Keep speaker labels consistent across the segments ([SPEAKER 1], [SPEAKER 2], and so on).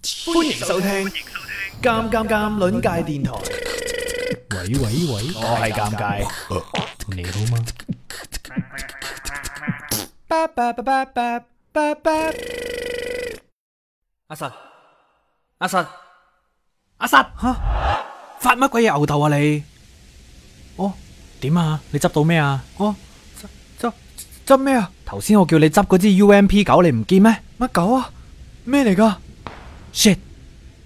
[SPEAKER 1] 歡迎收聽《尷尷尷》鄰界電台。
[SPEAKER 2] 喂喂喂，
[SPEAKER 1] 我係尷尬，
[SPEAKER 2] 你好嗎？
[SPEAKER 1] 巴巴巴巴巴巴巴。
[SPEAKER 3] 阿實，阿實，阿實，吓發乜鬼嘢牛頭啊你？
[SPEAKER 2] 哦，點
[SPEAKER 3] à?
[SPEAKER 2] 啊？你執到咩啊？
[SPEAKER 3] 哦，執執執咩啊？
[SPEAKER 2] 頭先我叫你執嗰支 UMP 九，你唔見咩
[SPEAKER 3] 乜狗啊？咩嚟噶？
[SPEAKER 2] ？shit，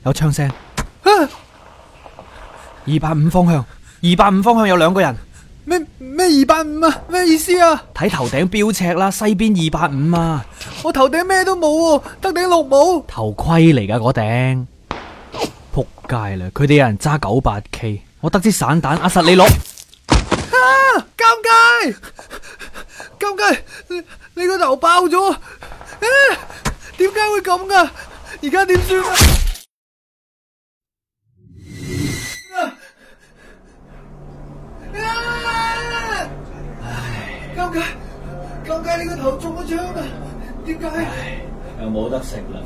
[SPEAKER 2] 有槍聲，
[SPEAKER 3] 啊
[SPEAKER 2] 二百五方向，二百五方向有兩個人，
[SPEAKER 3] 咩咩二百五啊？咩意思啊？
[SPEAKER 2] 睇頭頂標尺啦，西邊二百五啊，
[SPEAKER 3] 我頭頂咩都冇喎，得頂綠帽。
[SPEAKER 2] 頭盔嚟噶嗰頂，仆街啦！佢哋有人揸九八 K，我得支散彈，阿實你攞，
[SPEAKER 3] 啊！尷尬，尷尬，你你個頭爆咗啊！點解會咁噶？而家點算啊？啊尷尬，尷尬！你個頭中咗槍啊！點解？
[SPEAKER 2] 又冇得食啦，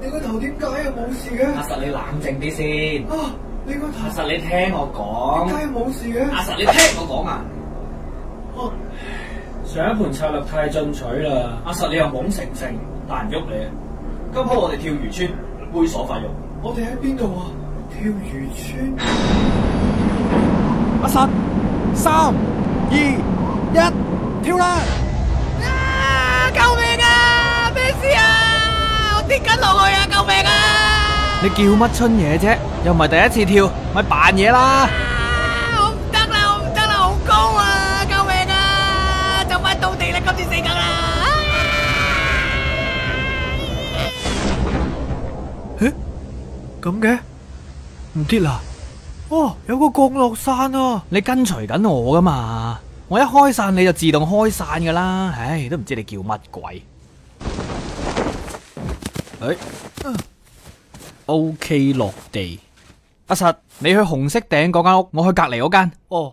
[SPEAKER 3] 你個頭點解啊？冇事嘅。
[SPEAKER 2] 實你冷靜啲先，
[SPEAKER 3] 啊！你個頭
[SPEAKER 2] 實你聽我講
[SPEAKER 3] 點解冇事嘅？
[SPEAKER 2] 實你聽我講啊！
[SPEAKER 3] 哦
[SPEAKER 2] 上一盤策略太進取啦，阿實你又懵成成，但唔喐你。今鋪我哋跳魚村，猥瑣發育。
[SPEAKER 3] 我哋喺邊度啊？跳魚村。
[SPEAKER 1] 阿實，三二一，跳啦！
[SPEAKER 4] 啊！救命啊！咩事啊？我跌緊落去啊！救命啊！
[SPEAKER 2] 你叫乜春嘢啫？又唔係第一次跳，咪扮嘢啦！
[SPEAKER 4] 啊！我唔得啦！我唔得啦！好高啊！救命啊！就快到地啦！今次死梗啦！啊
[SPEAKER 3] 咁嘅？唔跌啦？哦，有個降落傘啊！
[SPEAKER 2] 你跟隨緊我噶嘛？我一開傘你就自動開傘噶啦，唉，都唔知你叫乜鬼。誒、o k 落地。阿實，你去紅色頂嗰間屋，我去隔離嗰間。
[SPEAKER 3] 哦，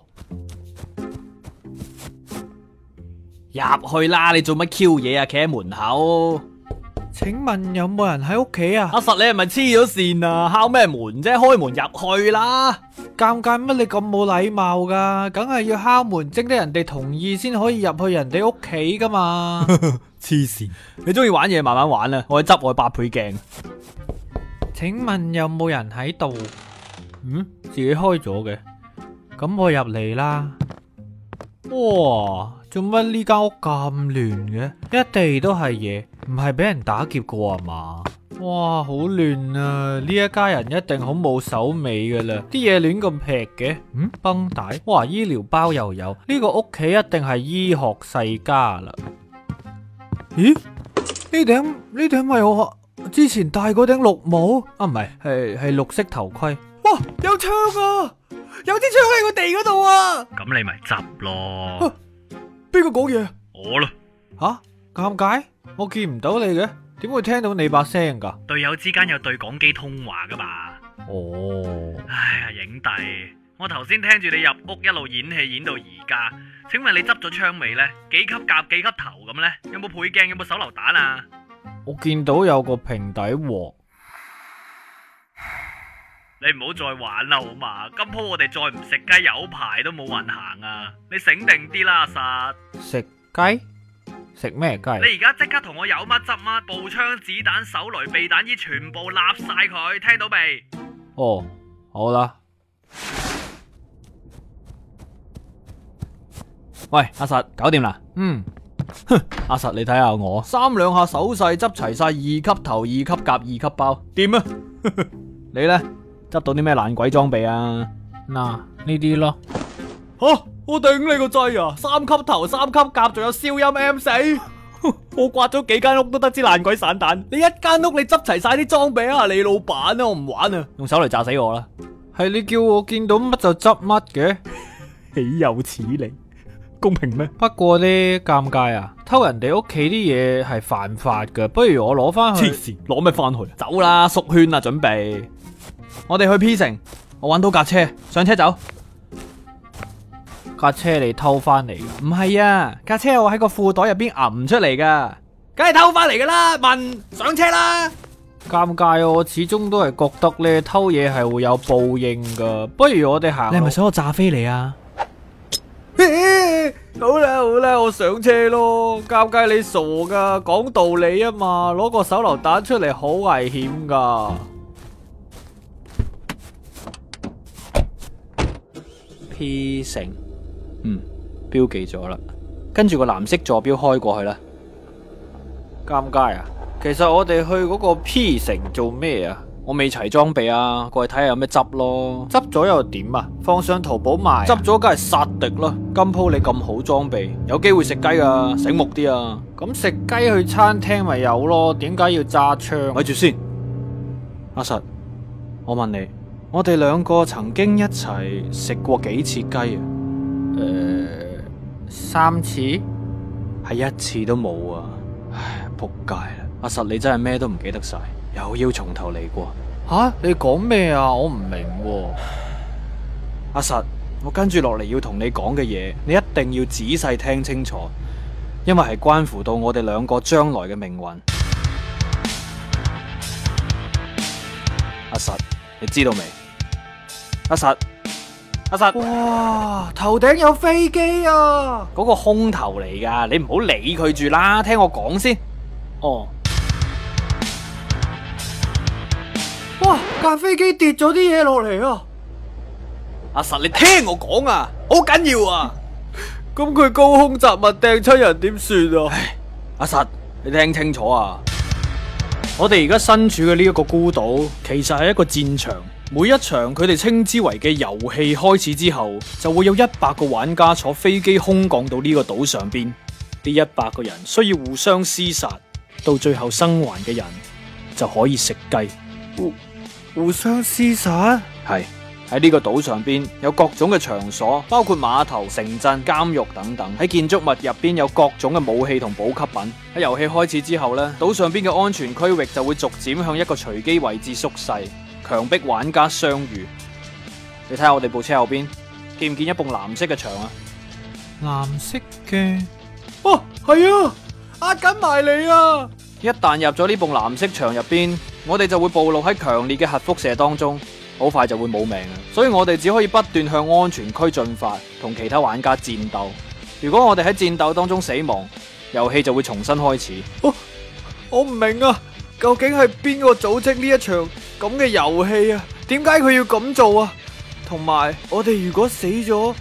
[SPEAKER 2] 入去啦！你做乜 Q 嘢啊？企喺門口。
[SPEAKER 3] 請問有冇人喺屋企啊？
[SPEAKER 2] 阿實，你係咪黐咗線啊？敲咩門啫？開門入去啦！
[SPEAKER 3] 尷尬乜你咁冇禮貌噶？梗係要敲門徵得人哋同意先可以入去人哋屋企噶嘛？
[SPEAKER 2] 黐線！你中意玩嘢慢慢玩啦，我去執我嘅八倍鏡。
[SPEAKER 3] 請問有冇人喺度？嗯，自己開咗嘅。咁我入嚟啦。哇，做乜呢間屋咁亂嘅？一地都係嘢，唔係俾人打劫過啊嘛？哇，好亂啊！呢一家人一定好冇手尾噶啦，啲嘢亂咁劈嘅。嗯，繃帶，哇，醫療包又有，呢、個屋企一定係醫學世家啦。咦？呢頂呢頂咪我之前戴嗰頂綠帽啊，唔係，係係綠色頭盔。哇，有槍啊！有支槍喺個地嗰度啊！
[SPEAKER 2] 咁你咪執咯。
[SPEAKER 3] 邊個講嘢？
[SPEAKER 2] 我咯，
[SPEAKER 3] 吓，尷尬，我見唔到你嘅，點會聽到你把聲噶？
[SPEAKER 2] 隊友之間有對講機通話噶嘛。
[SPEAKER 3] 哦，
[SPEAKER 2] 唉呀，影帝，我頭先聽住你入屋一路演戲演到而家。請問你執咗槍未呢？幾級夾幾級頭咁呢？有冇倍鏡？有冇手榴彈啊？
[SPEAKER 3] 我見到有個平底鑊，
[SPEAKER 2] 你唔好再玩啦，好嘛？今鋪我哋再唔食雞，有排都冇運行啊！你醒定啲啦，阿實。
[SPEAKER 3] 食雞，食咩雞？
[SPEAKER 2] 你而家即刻同我有乜執乜，步槍、子彈、手雷、避彈衣，全部立晒佢，聽到未？
[SPEAKER 3] 哦，好啦。
[SPEAKER 2] 喂，阿實，搞掂啦！
[SPEAKER 3] 嗯，
[SPEAKER 2] 阿實，你睇下我，三兩下手勢執齊晒二級頭、二級甲、二級包， 掂啊！你呢？執到啲咩爛鬼裝備啊？
[SPEAKER 3] 嗱呢啲咯，
[SPEAKER 2] 吓、我頂你個掣啊！三級頭、三級甲，仲有消音 M 四。我刮咗幾間屋都得支爛鬼散彈，你一間屋你執齊晒啲裝備啊！你老闆啊，我唔玩啊！用手嚟炸死我啦！
[SPEAKER 3] 係你叫我見到乜就執乜嘅。
[SPEAKER 2] 豈有此理，公平咩？
[SPEAKER 3] 不過呢，尷尬啊，偷人哋屋企啲嘢係犯法噶，不如我攞翻去。
[SPEAKER 2] 線，攞咩翻去？啊走啦，縮圈啦，準備。我哋去 P 城，我揾到架車，上車走。
[SPEAKER 3] 架車你偷翻嚟噶，
[SPEAKER 2] 唔係啊，架車我喺個褲袋入邊揞出嚟噶，梗係偷翻嚟噶啦！問上車啦。尷尬啊！我始終都係覺得咧偷嘢係會有報應噶，不如我哋行。
[SPEAKER 5] 你係咪想我炸飛你啊？
[SPEAKER 3] 好啦好啦，我上车咯。尷尬，你傻噶，講道理啊嘛，攞個手榴彈出嚟好危險噶。
[SPEAKER 6] P 城，嗯，標記咗啦。跟住個藍色坐標開過去啦。
[SPEAKER 2] 尷尬啊！
[SPEAKER 6] 其實我哋去嗰個 P 城做咩啊？我未齊裝備啊，過去睇下有咩執咯。
[SPEAKER 2] 執咗又點啊？放上淘寶賣啊。
[SPEAKER 6] 執咗梗係殺敵啦！今鋪你咁好裝備，有機會食雞噶，醒目啲啊！
[SPEAKER 2] 咁食雞去餐廳咪有咯？點解要揸槍？
[SPEAKER 6] 咪住先，阿實，我問你，我哋兩個曾經一齊食過幾次雞啊？誒、
[SPEAKER 2] 呃三次？
[SPEAKER 6] 係一次都冇啊！唉，仆街啦！阿實你真係咩都唔記得晒，又要從頭嚟過。
[SPEAKER 2] 吓、你講咩啊？我唔明喎、
[SPEAKER 6] 阿實，我跟住落嚟要同你講嘅嘢，你一定要仔細聽清楚，因為係關乎到我哋兩個將來嘅命運。阿實，你知道未？阿實，阿實，嗰、
[SPEAKER 3] 哇，頭頂有飛機啊！
[SPEAKER 6] 個空頭嚟噶，你唔好理佢住啦，聽我講先。哦，
[SPEAKER 3] 哇，架飛機跌咗啲嘢落嚟啊！
[SPEAKER 6] 阿實，你聽我講啊，好緊要啊！
[SPEAKER 3] 咁佢高空雜物掟出人點算啊？
[SPEAKER 6] 阿實，你聽清楚啊！我哋而家身處嘅呢一個孤島，其實係一個戰場。每一場佢哋稱之為嘅遊戲開始之後，就會有一百個玩家坐飛機空降到呢個島上邊。呢一百個人需要互相厮殺，到最後生還嘅人就可以食雞。
[SPEAKER 3] 互相厮殺，
[SPEAKER 6] 係喺呢個島上邊有各種嘅場所，包括碼頭、城鎮、監獄等等。喺建築物入邊有各種嘅武器同補給品。喺遊戲開始之後呢，島上邊嘅安全區域就會逐漸向一個隨機位置縮細，強迫玩家相遇。你睇下我哋部車後邊，見唔見一埲藍色嘅牆啊？
[SPEAKER 2] 藍色嘅。
[SPEAKER 3] 哦，係啊，壓緊埋你啊！
[SPEAKER 6] 一旦入咗呢埲藍色牆入邊，我哋就會暴露喺強烈嘅核輻射當中，好快就會冇命啊！所以我哋只可以不斷向安全區進發，同其他玩家戰鬥。如果我哋喺戰鬥當中死亡，遊戲就會重新開始。
[SPEAKER 3] 我唔明啊，究竟係邊個組織呢一場咁嘅遊戲啊？點解佢要咁做啊？同埋我哋如果死咗，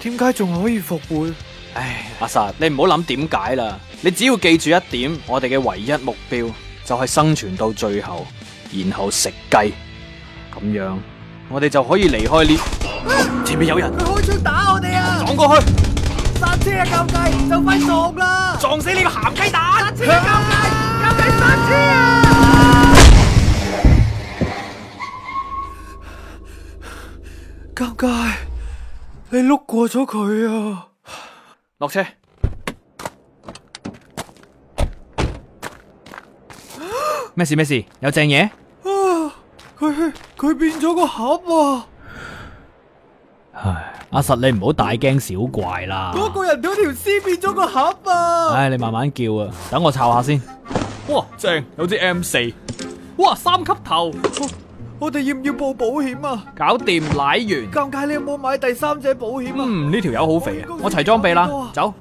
[SPEAKER 3] 點解仲可以復活？
[SPEAKER 6] 唉，阿實，你唔好諗點解啦，你只要記住一點，我哋嘅唯一目標就係生存到最後，然後食雞。咁樣，我哋就可以離開呢。哦前面有人，
[SPEAKER 4] 佢開槍打我哋啊！
[SPEAKER 6] 撞過去。
[SPEAKER 4] 剎車啊，救計，就快撞啦！撞死你個鹹雞蛋！剎車啊，救計，救計剎車啊！
[SPEAKER 3] 尷尬，你碌過咗佢啊！
[SPEAKER 6] 落車。 咩事咩事？有正嘢？
[SPEAKER 3] 啊，佢佢變咗個盒啊！
[SPEAKER 6] 阿實你唔好大驚小怪啦。
[SPEAKER 3] 嗰個人嗰條屍變咗個盒啊！
[SPEAKER 6] 唉，你慢慢叫啊，等我抄下先。
[SPEAKER 3] 哇，正有支 M 四，
[SPEAKER 2] 哇！三級頭，
[SPEAKER 3] 我哋要唔要報保險啊？
[SPEAKER 6] 搞掂奶完。
[SPEAKER 3] 尷尬，你有冇買第三者保險啊？
[SPEAKER 6] 嗯，呢條友好肥啊！我齊裝備啦，走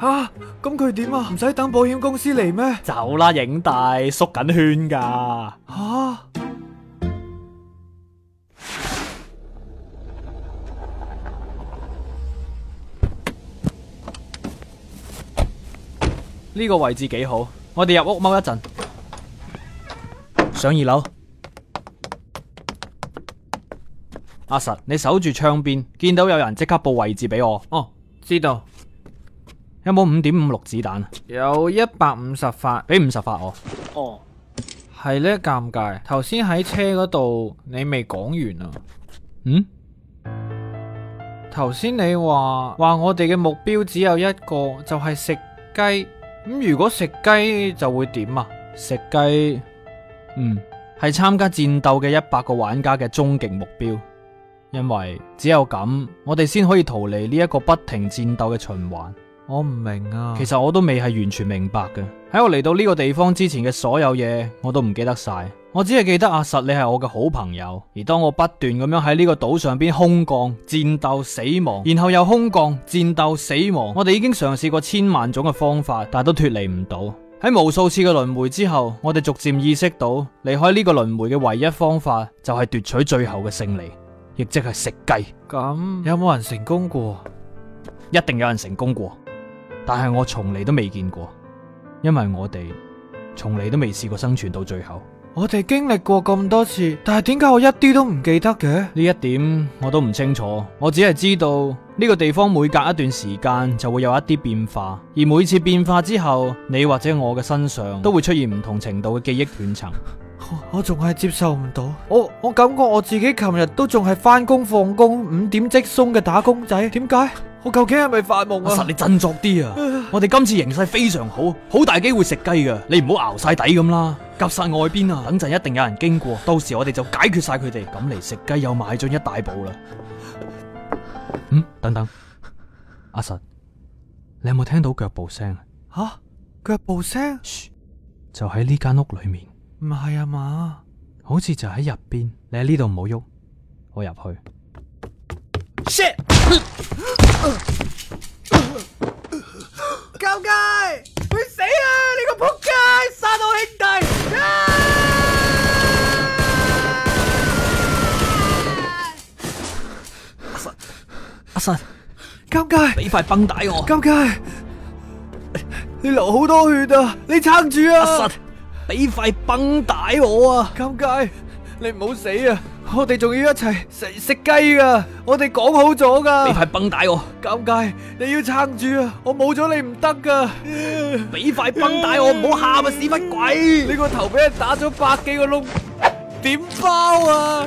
[SPEAKER 3] 吓，咁佢點啊？唔使等保險公司嚟咩？
[SPEAKER 6] 走啦，影帝縮緊圈噶。
[SPEAKER 3] 吓！
[SPEAKER 6] 呢個位置幾好，我哋入屋踎一陣。上二樓，阿實，你守住窗邊，見到有人即刻報位置俾我。
[SPEAKER 2] 哦，知道
[SPEAKER 6] 有冇五點五六子彈啊？
[SPEAKER 2] 有一百五十發，
[SPEAKER 6] 俾五十發我。
[SPEAKER 2] 係呢，尷尬。頭先喺車嗰度，你未講完啊。
[SPEAKER 6] 嗯，
[SPEAKER 2] 頭先你話話我哋嘅目標只有一個，就係食雞。咁如果食雞就會點啊？
[SPEAKER 6] 食雞，嗯，係參加戰鬥嘅一百個玩家嘅終極目標，因為只有咁，我哋先可以逃離呢一個不停戰鬥嘅循環。
[SPEAKER 2] 我唔明啊。
[SPEAKER 6] 其實我都未係完全明白嘅。喺我嚟到呢個地方之前嘅所有嘢，我都唔記得晒。我只係記得阿實你係我嘅好朋友，而當我不斷咁樣喺呢個島上邊空降、戰鬥、死亡，然後又空降、戰鬥、死亡，我哋已經嘗試過千萬種嘅方法，但都脫離唔到。喺無數次嘅輪迴之後，我哋逐漸意識到離開呢個輪迴嘅唯一方法就係奪取最後嘅勝利，亦即係食雞。
[SPEAKER 3] 咁
[SPEAKER 6] 有冇人成功過？一定有人成功過，但係我從嚟都未見過，因為我哋從嚟都未試過生存到最後。
[SPEAKER 3] 我哋經歷過咁多次，但係點解我一啲都唔記得嘅？
[SPEAKER 6] 呢一點我都唔清楚，我只係知道呢個地方每隔一段時間就會有一啲變化，而每次變化之後，你或者我嘅身上都會出現唔同程度嘅記憶斷層。
[SPEAKER 3] 我我仲係接受唔到，我我感覺我自己琴日都仲係翻工放工五點即鬆嘅打工仔，點解？我究竟係咪發夢
[SPEAKER 6] 阿實
[SPEAKER 3] 啊？
[SPEAKER 6] 你振作啲啊！我哋今次形勢非常好，好大機會食雞噶，你唔好熬晒底咁啦，夾晒外邊啊！等陣一定有人經過，到時我哋就解決晒佢哋，咁嚟食雞又邁進一大步啦。嗯，等等，阿實，你有冇聽到腳步聲？
[SPEAKER 3] 吓，腳步聲？
[SPEAKER 6] 就喺呢間屋裏面，
[SPEAKER 3] 唔係啊嘛？
[SPEAKER 6] 好似就喺入邊。你喺呢度唔好喐，我入去。
[SPEAKER 7] 救雞！佢死啊！你個仆街，殺我兄弟！
[SPEAKER 6] 阿實，
[SPEAKER 3] 尷尬，
[SPEAKER 6] 俾塊繃帶我。
[SPEAKER 3] 尷尬，你流好多血啊！你撐住
[SPEAKER 6] 阿
[SPEAKER 3] 啊
[SPEAKER 6] 實！，俾塊繃帶我啊！
[SPEAKER 3] 尷尬，你唔好死啊！我哋仲要一齊食食雞噶，我哋講好咗
[SPEAKER 6] 俾
[SPEAKER 3] 噶。
[SPEAKER 6] 塊繃帶我。
[SPEAKER 3] 尷尬，你要撐住啊！我冇咗你唔得噶。
[SPEAKER 6] 俾塊繃帶我，唔好喊啊！屎忽鬼！
[SPEAKER 3] 你個頭俾人打咗百幾個窿，點包啊？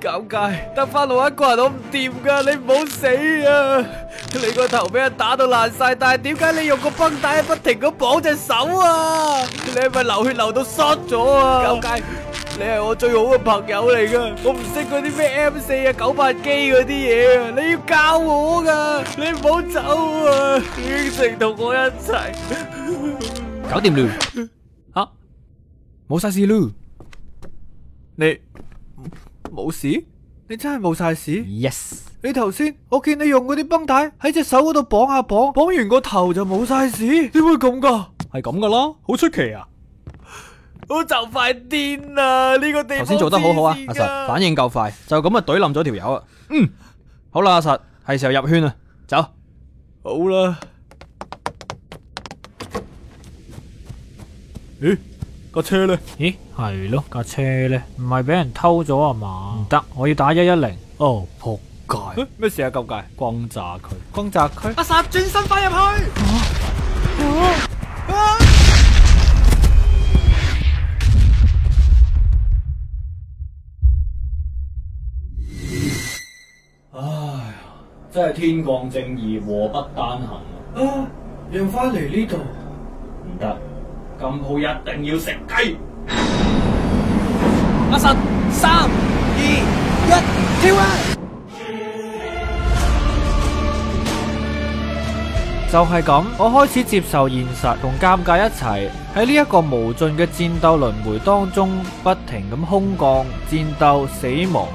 [SPEAKER 3] 尷尬，得翻我一個人，我唔掂噶，你唔好死啊！你個頭俾人打到爛晒，但係點解你用個繃帶不停咁綁隻手啊？你係咪流血流到縮咗啊？尷尬，你係我最好嘅朋友嚟噶，我唔識嗰啲咩 M 四啊、九八機嗰啲嘢啊，你要教我噶，你唔好走啊！應承同我一齊。
[SPEAKER 6] 搞掂了，吓冇晒事咯。
[SPEAKER 3] 你冇事？你真係冇晒事？
[SPEAKER 6] Yes，
[SPEAKER 3] 你頭先我見你用嗰啲繃帶喺隻手嗰度綁下綁，綁完個頭就冇晒事，點會咁噶？
[SPEAKER 6] 係咁噶啦，好出奇啊！
[SPEAKER 3] 我就快癲啦！呢、個地
[SPEAKER 6] 頭
[SPEAKER 3] 方
[SPEAKER 6] 先做得好好啊，阿
[SPEAKER 3] 黐線㗎
[SPEAKER 6] 實反應夠快，就咁啊懟冧咗條友啊。嗯，好啦，阿實係時候入圈啦，走。
[SPEAKER 3] 好啦。咦，個車呢？
[SPEAKER 8] 咦，係咯，架車呢？唔係俾人偷咗啊嘛？唔得，我要打一一零。哦，仆街，
[SPEAKER 3] 誒咩事啊？咁解？
[SPEAKER 8] 轟炸佢！
[SPEAKER 3] 轟炸區？
[SPEAKER 7] 阿實轉身翻入去。
[SPEAKER 3] 啊
[SPEAKER 6] 真係天降正義，禍不單行啊！
[SPEAKER 3] 啊，讓翻嚟呢度。
[SPEAKER 6] 唔得，咁鋪一定要食雞。
[SPEAKER 7] 阿實，三二一，跳啊！
[SPEAKER 8] 就係咁，我開始接受現實同尷尬一齊喺呢一個無盡嘅戰鬥輪迴當中，不停咁空降、戰鬥、死亡，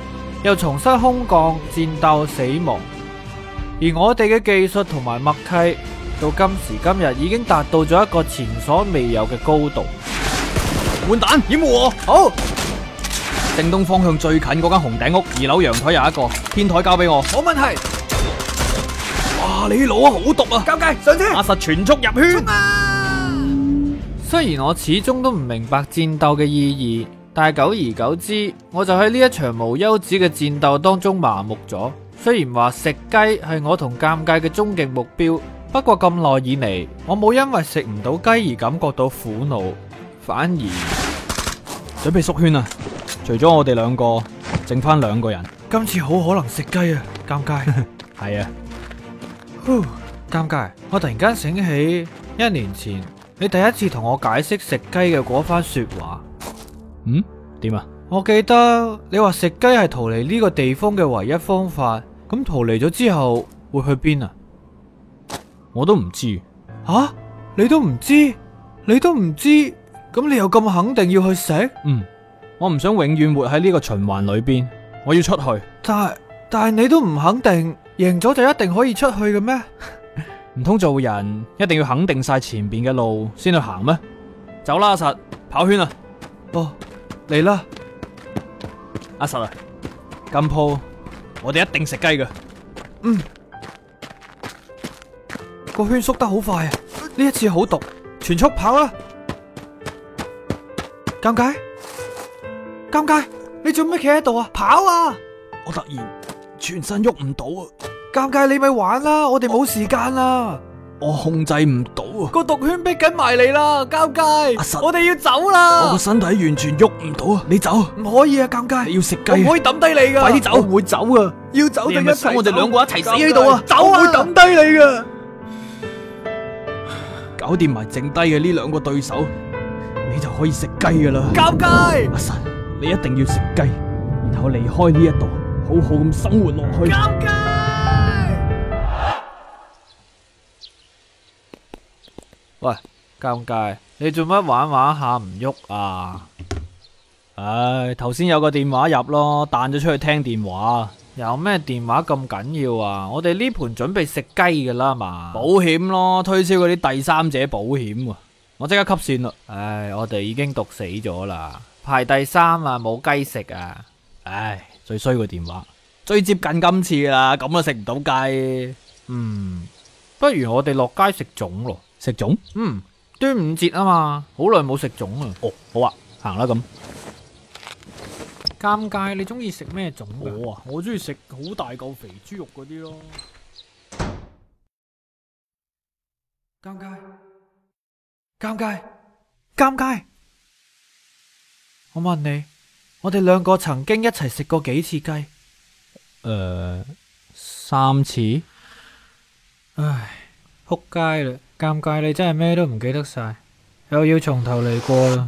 [SPEAKER 8] 又重新空降、戰鬥、死亡。而我哋嘅技術同埋默契，到今時今日已經達到咗一個前所未有嘅高度。
[SPEAKER 6] 換蛋，掩護我。好，正東方向最近嗰間紅頂屋，二樓陽台有一個，天台交俾我。
[SPEAKER 3] 冇問題，
[SPEAKER 6] 哇，你老啊，好毒啊！
[SPEAKER 3] 尷尬，上車。
[SPEAKER 6] 阿實全速入圈。
[SPEAKER 8] 雖然我始終都唔明白戰鬥嘅意義，但係久而久之，我就喺呢一場無休止嘅戰鬥當中麻木咗。雖然話食雞係我同尷尬嘅終極目標，不過咁耐以嚟，我冇因為食唔到雞而感覺到苦惱，反而
[SPEAKER 6] 準備縮圈啊！除咗我哋兩個，剩翻兩個人。
[SPEAKER 3] 今次好可能食雞啊！尷尬，
[SPEAKER 6] 係啊，
[SPEAKER 8] 呼尷尬。我突然間醒起一年前你第一次同我解釋食雞嘅嗰番說話。
[SPEAKER 6] 嗯，點啊？
[SPEAKER 8] 我記得你話食雞係逃離呢個地方嘅唯一方法，咁逃離咗之後會去邊啊？
[SPEAKER 6] 我都唔知。
[SPEAKER 8] 吓、你都唔知，你都唔知，咁
[SPEAKER 3] 咁你又咁肯定要去食？
[SPEAKER 6] 嗯，我唔想永遠活喺呢個循環裏邊，我要出去。
[SPEAKER 3] 但係但係你都唔肯定，贏咗就一定可以出去嘅咩？
[SPEAKER 6] 唔通做人一定要肯定晒前邊嘅路先去行咩？走啦，阿實，跑圈啊！
[SPEAKER 3] 哦，嚟啦！
[SPEAKER 6] 阿實啊，今鋪我哋一定食雞嘅。
[SPEAKER 3] 個圈縮得好快啊！呢一次好毒，全速跑啦！尷尬，尷尬，你做咩企喺度啊？跑啊！
[SPEAKER 6] 我突然全身喐唔到啊！
[SPEAKER 3] 尷尬，你咪玩啦，我哋冇時間啦！
[SPEAKER 6] 我控制唔到啊！
[SPEAKER 9] 個毒圈逼緊埋嚟啦，尷
[SPEAKER 6] 阿實
[SPEAKER 9] 尬，我哋要走
[SPEAKER 6] 我
[SPEAKER 9] 啦
[SPEAKER 6] 個，身體完全喐唔到啊！你走，
[SPEAKER 3] 唔可以啊，尷尬
[SPEAKER 6] 你！要食雞
[SPEAKER 9] 我唔
[SPEAKER 6] 啊，
[SPEAKER 9] 可以抌低
[SPEAKER 3] à.
[SPEAKER 9] 你噶，
[SPEAKER 6] 快啲走！會走啊！
[SPEAKER 9] 要走就一
[SPEAKER 6] 你係咪
[SPEAKER 9] 齊
[SPEAKER 6] 想
[SPEAKER 9] 走，
[SPEAKER 6] 我哋兩個一齊死
[SPEAKER 9] 尷尬
[SPEAKER 6] 喺度啊
[SPEAKER 9] 走
[SPEAKER 3] à.
[SPEAKER 9] 啊！我會抌低你噶。
[SPEAKER 6] 搞掂埋剩低嘅呢兩個對手，你就可以食雞噶啦！
[SPEAKER 9] 尷尬，
[SPEAKER 6] 阿神，你一定要食雞，然後離開呢一度，好好咁生活落去。
[SPEAKER 9] 尷尬。
[SPEAKER 10] 喂，尷尬，你做乜玩玩下唔喐啊？
[SPEAKER 6] 唉，頭先有個電話入咯，彈咗出去聽電話，
[SPEAKER 10] 有咩電話咁緊要啊？我哋呢盤準備食雞噶啦嘛。
[SPEAKER 6] 保險咯，推銷嗰啲第三者保險喎。我即刻吸線啦！
[SPEAKER 10] 唉，我哋已經毒死咗啦，排第三啊，冇雞食啊。
[SPEAKER 6] 唉，最衰個電話，最接近今次㗎啦，咁啊食唔到雞，
[SPEAKER 10] 嗯，不如我哋落街食粽咯。
[SPEAKER 6] 食粽？
[SPEAKER 10] 嗯，端午節啊嘛，好耐冇食粽啦。
[SPEAKER 6] 哦，好啊，行啦咁。
[SPEAKER 10] 尷尬，你中意食咩粽㗎？
[SPEAKER 6] 啊，我中意食好大嚿肥豬肉嗰啲咯。
[SPEAKER 3] 尷尬，尷尬，尷尬！我問你，我哋兩個曾經一齊食過幾次雞？
[SPEAKER 6] 誒、三次。
[SPEAKER 10] 唉，仆街啦！尷尬，你真係咩都唔記得晒，又要從頭嚟過啦。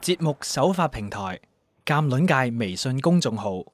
[SPEAKER 6] 節目首發平台：鑑論界微信公眾號。